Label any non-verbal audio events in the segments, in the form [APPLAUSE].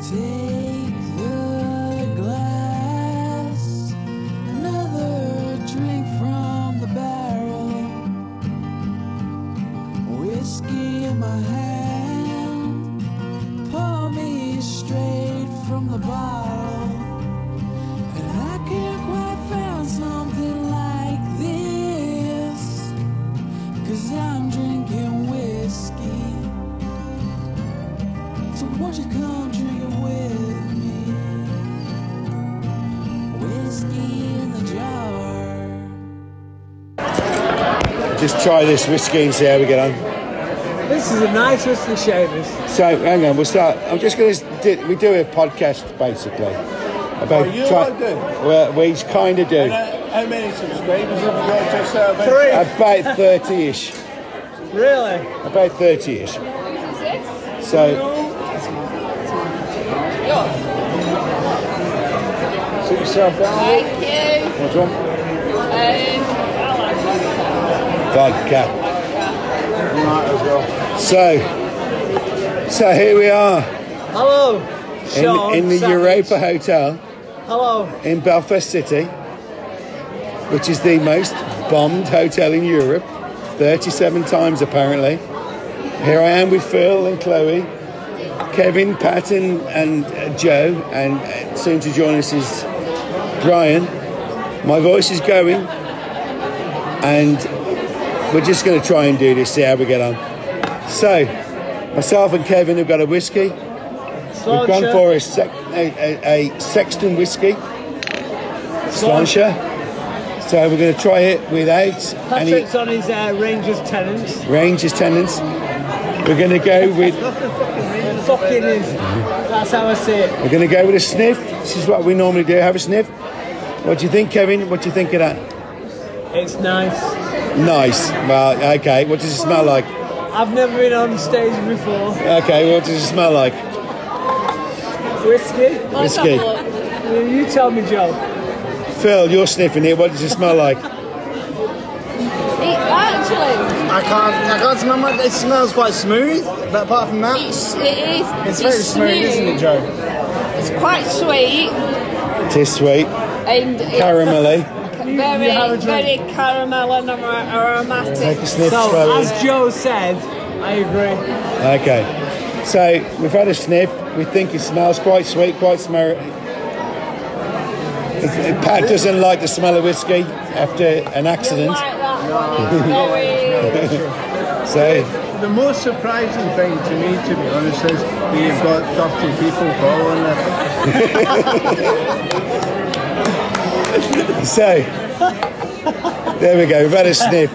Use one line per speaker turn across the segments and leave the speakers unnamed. Take the glass, another drink from the barrel. Whiskey in my hand, pour me straight from the bottle. And I can't quite find something like this, cause I'm drinking whiskey. So won't you come drink it with me? Whiskey in the jar.
Just try this whiskey and see how we get on.
This is a nice whiskey Seamus.
So hang on, we'll start. I'm just going to. We do a podcast basically. About
Oh, you
try-
all do?
Well, we kind of do.
Uh, How many subscribers have we got just out of
Three.
About thirty-ish.
Really?
About thirty-ish. So sit yourself down.
Thank you.
What's wrong?
Um,
Vodka.
Might as well.
So, so here we are
Hello. Sean
in, in the
Savage.
Europa Hotel.
Hello.
in Belfast City, which is the most bombed hotel in Europe, 37 times apparently. Here I am with Phil and Chloe, Kevin, Patton, and uh, Joe, and uh, soon to join us is Brian. My voice is going, and we're just going to try and do this, see how we get on. So, myself and Kevin have got a whiskey. We've gone for a, sec- a, a, a Sexton whiskey, Slancher. So we're going to try it without any
Patrick's on his uh, Rangers tenants.
Rangers tenants. We're going to go with
Fucking is. That's how I see it.
we're going to go with a sniff. This is what we normally do. Have a sniff. What do you think, Kevin? What do you think of that?
It's nice.
Nice. Well, okay. What does it smell like?
I've never been on stage before.
Okay. What does it smell like?
Whiskey?
Whiskey.
Will You tell me, Joe.
Phil, you're sniffing it. What does it smell like?
it actually,
I can't, I can't smell much. It smells quite smooth, but apart from that,
it's, it is.
it's very smooth, isn't it, Joe?
It's quite sweet
Tis sweet,
and it's
caramelly.
very,
You have a
very
drink.
caramel and ar-
Take
aromatic.
a sniff.
So,
Chloe.
as Joe said, I agree.
Okay, so we've had a sniff. We think it smells quite sweet, quite smell. Pat doesn't like the smell of whiskey after an
You
accident,
like that one? It's very-
so
The most surprising thing to me, to be honest, is that you've got 30 people following it.
so there we go. We've had a sniff.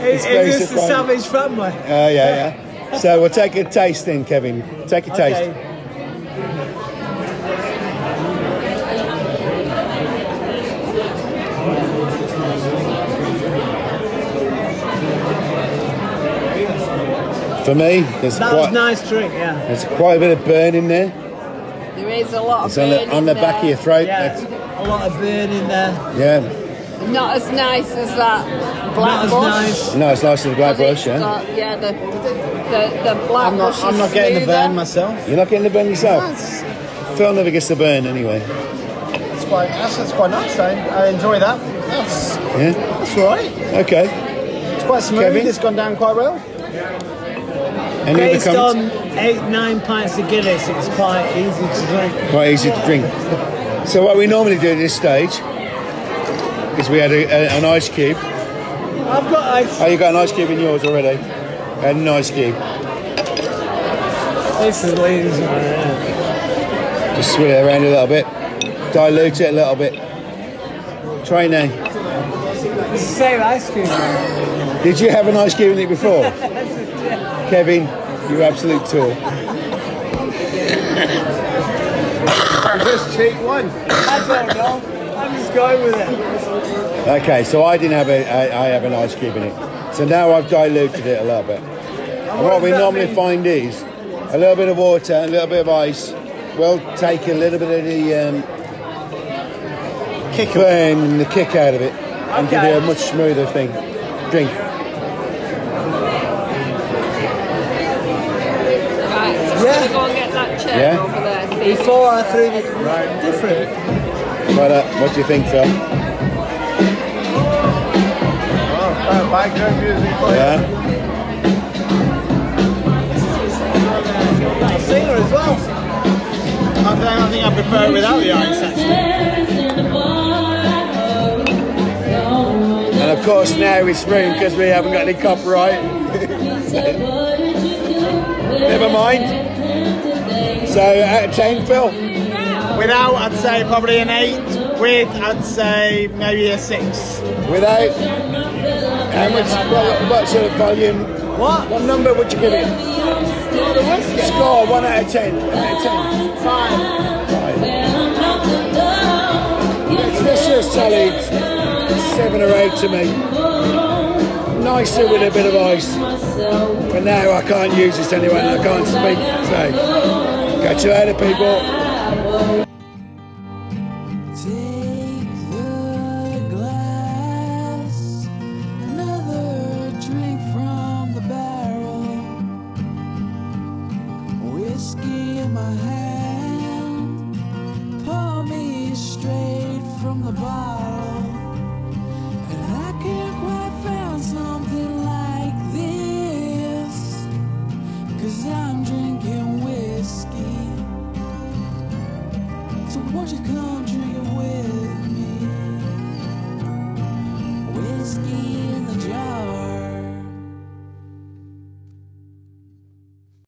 Is,
very
is this the
surprising.
Savage family?
Oh yeah, yeah. So we'll take a taste then, Kevin. Take a taste.
Okay.
For me, there's
That was
quite
nice drink, yeah.
there's quite a bit of burn in there.
There is a lot of
It's on the,
burn
on the
in
back of your
there.
throat. That's-
Yeah. A lot of burn in there.
yeah.
Not as nice as that
Not
black
as
bush.
nice.
No, it's nice as a black
But it's
brush. Yeah.
got- yeah, the, the, the black
I'm not,
bush
I'm
is
not getting the burn
smoother.
myself.
You're not getting the burn yourself.
That's,
Phil never gets the burn anyway.
that's quite, that's, that's quite nice. I, I enjoy that. That's,
Yeah.
that's all right.
Okay.
It's quite smooth.
Kevin?
It's gone down quite well.
Any other
Based on
comments?
eight, nine pints of Guinness, it's quite easy to drink.
Quite easy to drink. So what we normally do at this stage is we had a, a, an ice cube.
I've got ice.
Oh, you got an ice cube in yours already? Had an ice cube.
This is ladies and gentlemen.
Just swirl it around a little bit. Dilute it a little bit. Try now.
It's the same ice cream. man.
Did you have an ice cube in
[LAUGHS]
it before? Kevin, you absolute tool.
Just take one.
I don't know. I'm just going with it.
Okay, so I didn't have a, I, I have an ice cube in it. So now I've diluted it a little bit. And what we
does that
normally
mean?
find is a little bit of water, a little bit of ice. We'll take a little bit of the um, kick burn and the kick out of it and give
Okay.
it a much smoother thing. Drink.
Right, so I'm
Yeah.
gonna go and get that chair
Yeah.
over there. See
Before I threw it different.
Right up. What do you think, Phil?
Oh, background music for you.
Yeah.
A singer as well.
I think, I think I prefer it without the ice, actually.
And of course now it's ruined because we haven't got any copyright. [LAUGHS] Never mind. So out of ten, Phil.
Without, I'd say probably an 8. With, I'd say maybe a 6.
Without. How much? What, what sort of volume?
What?
What number would you give it? Score one out of ten. One out of ten.
Five.
Five. It's this is solid seven or eight to me. Nicer with a bit of ice. But now I can't use this anyway and I can't speak. So catch you later people.
Take the glass, another drink from the barrel. Whiskey in my hand, pour me straight from the bottle. And I can't quite find something like this, cause I'm drinking whiskey. So won't you come drink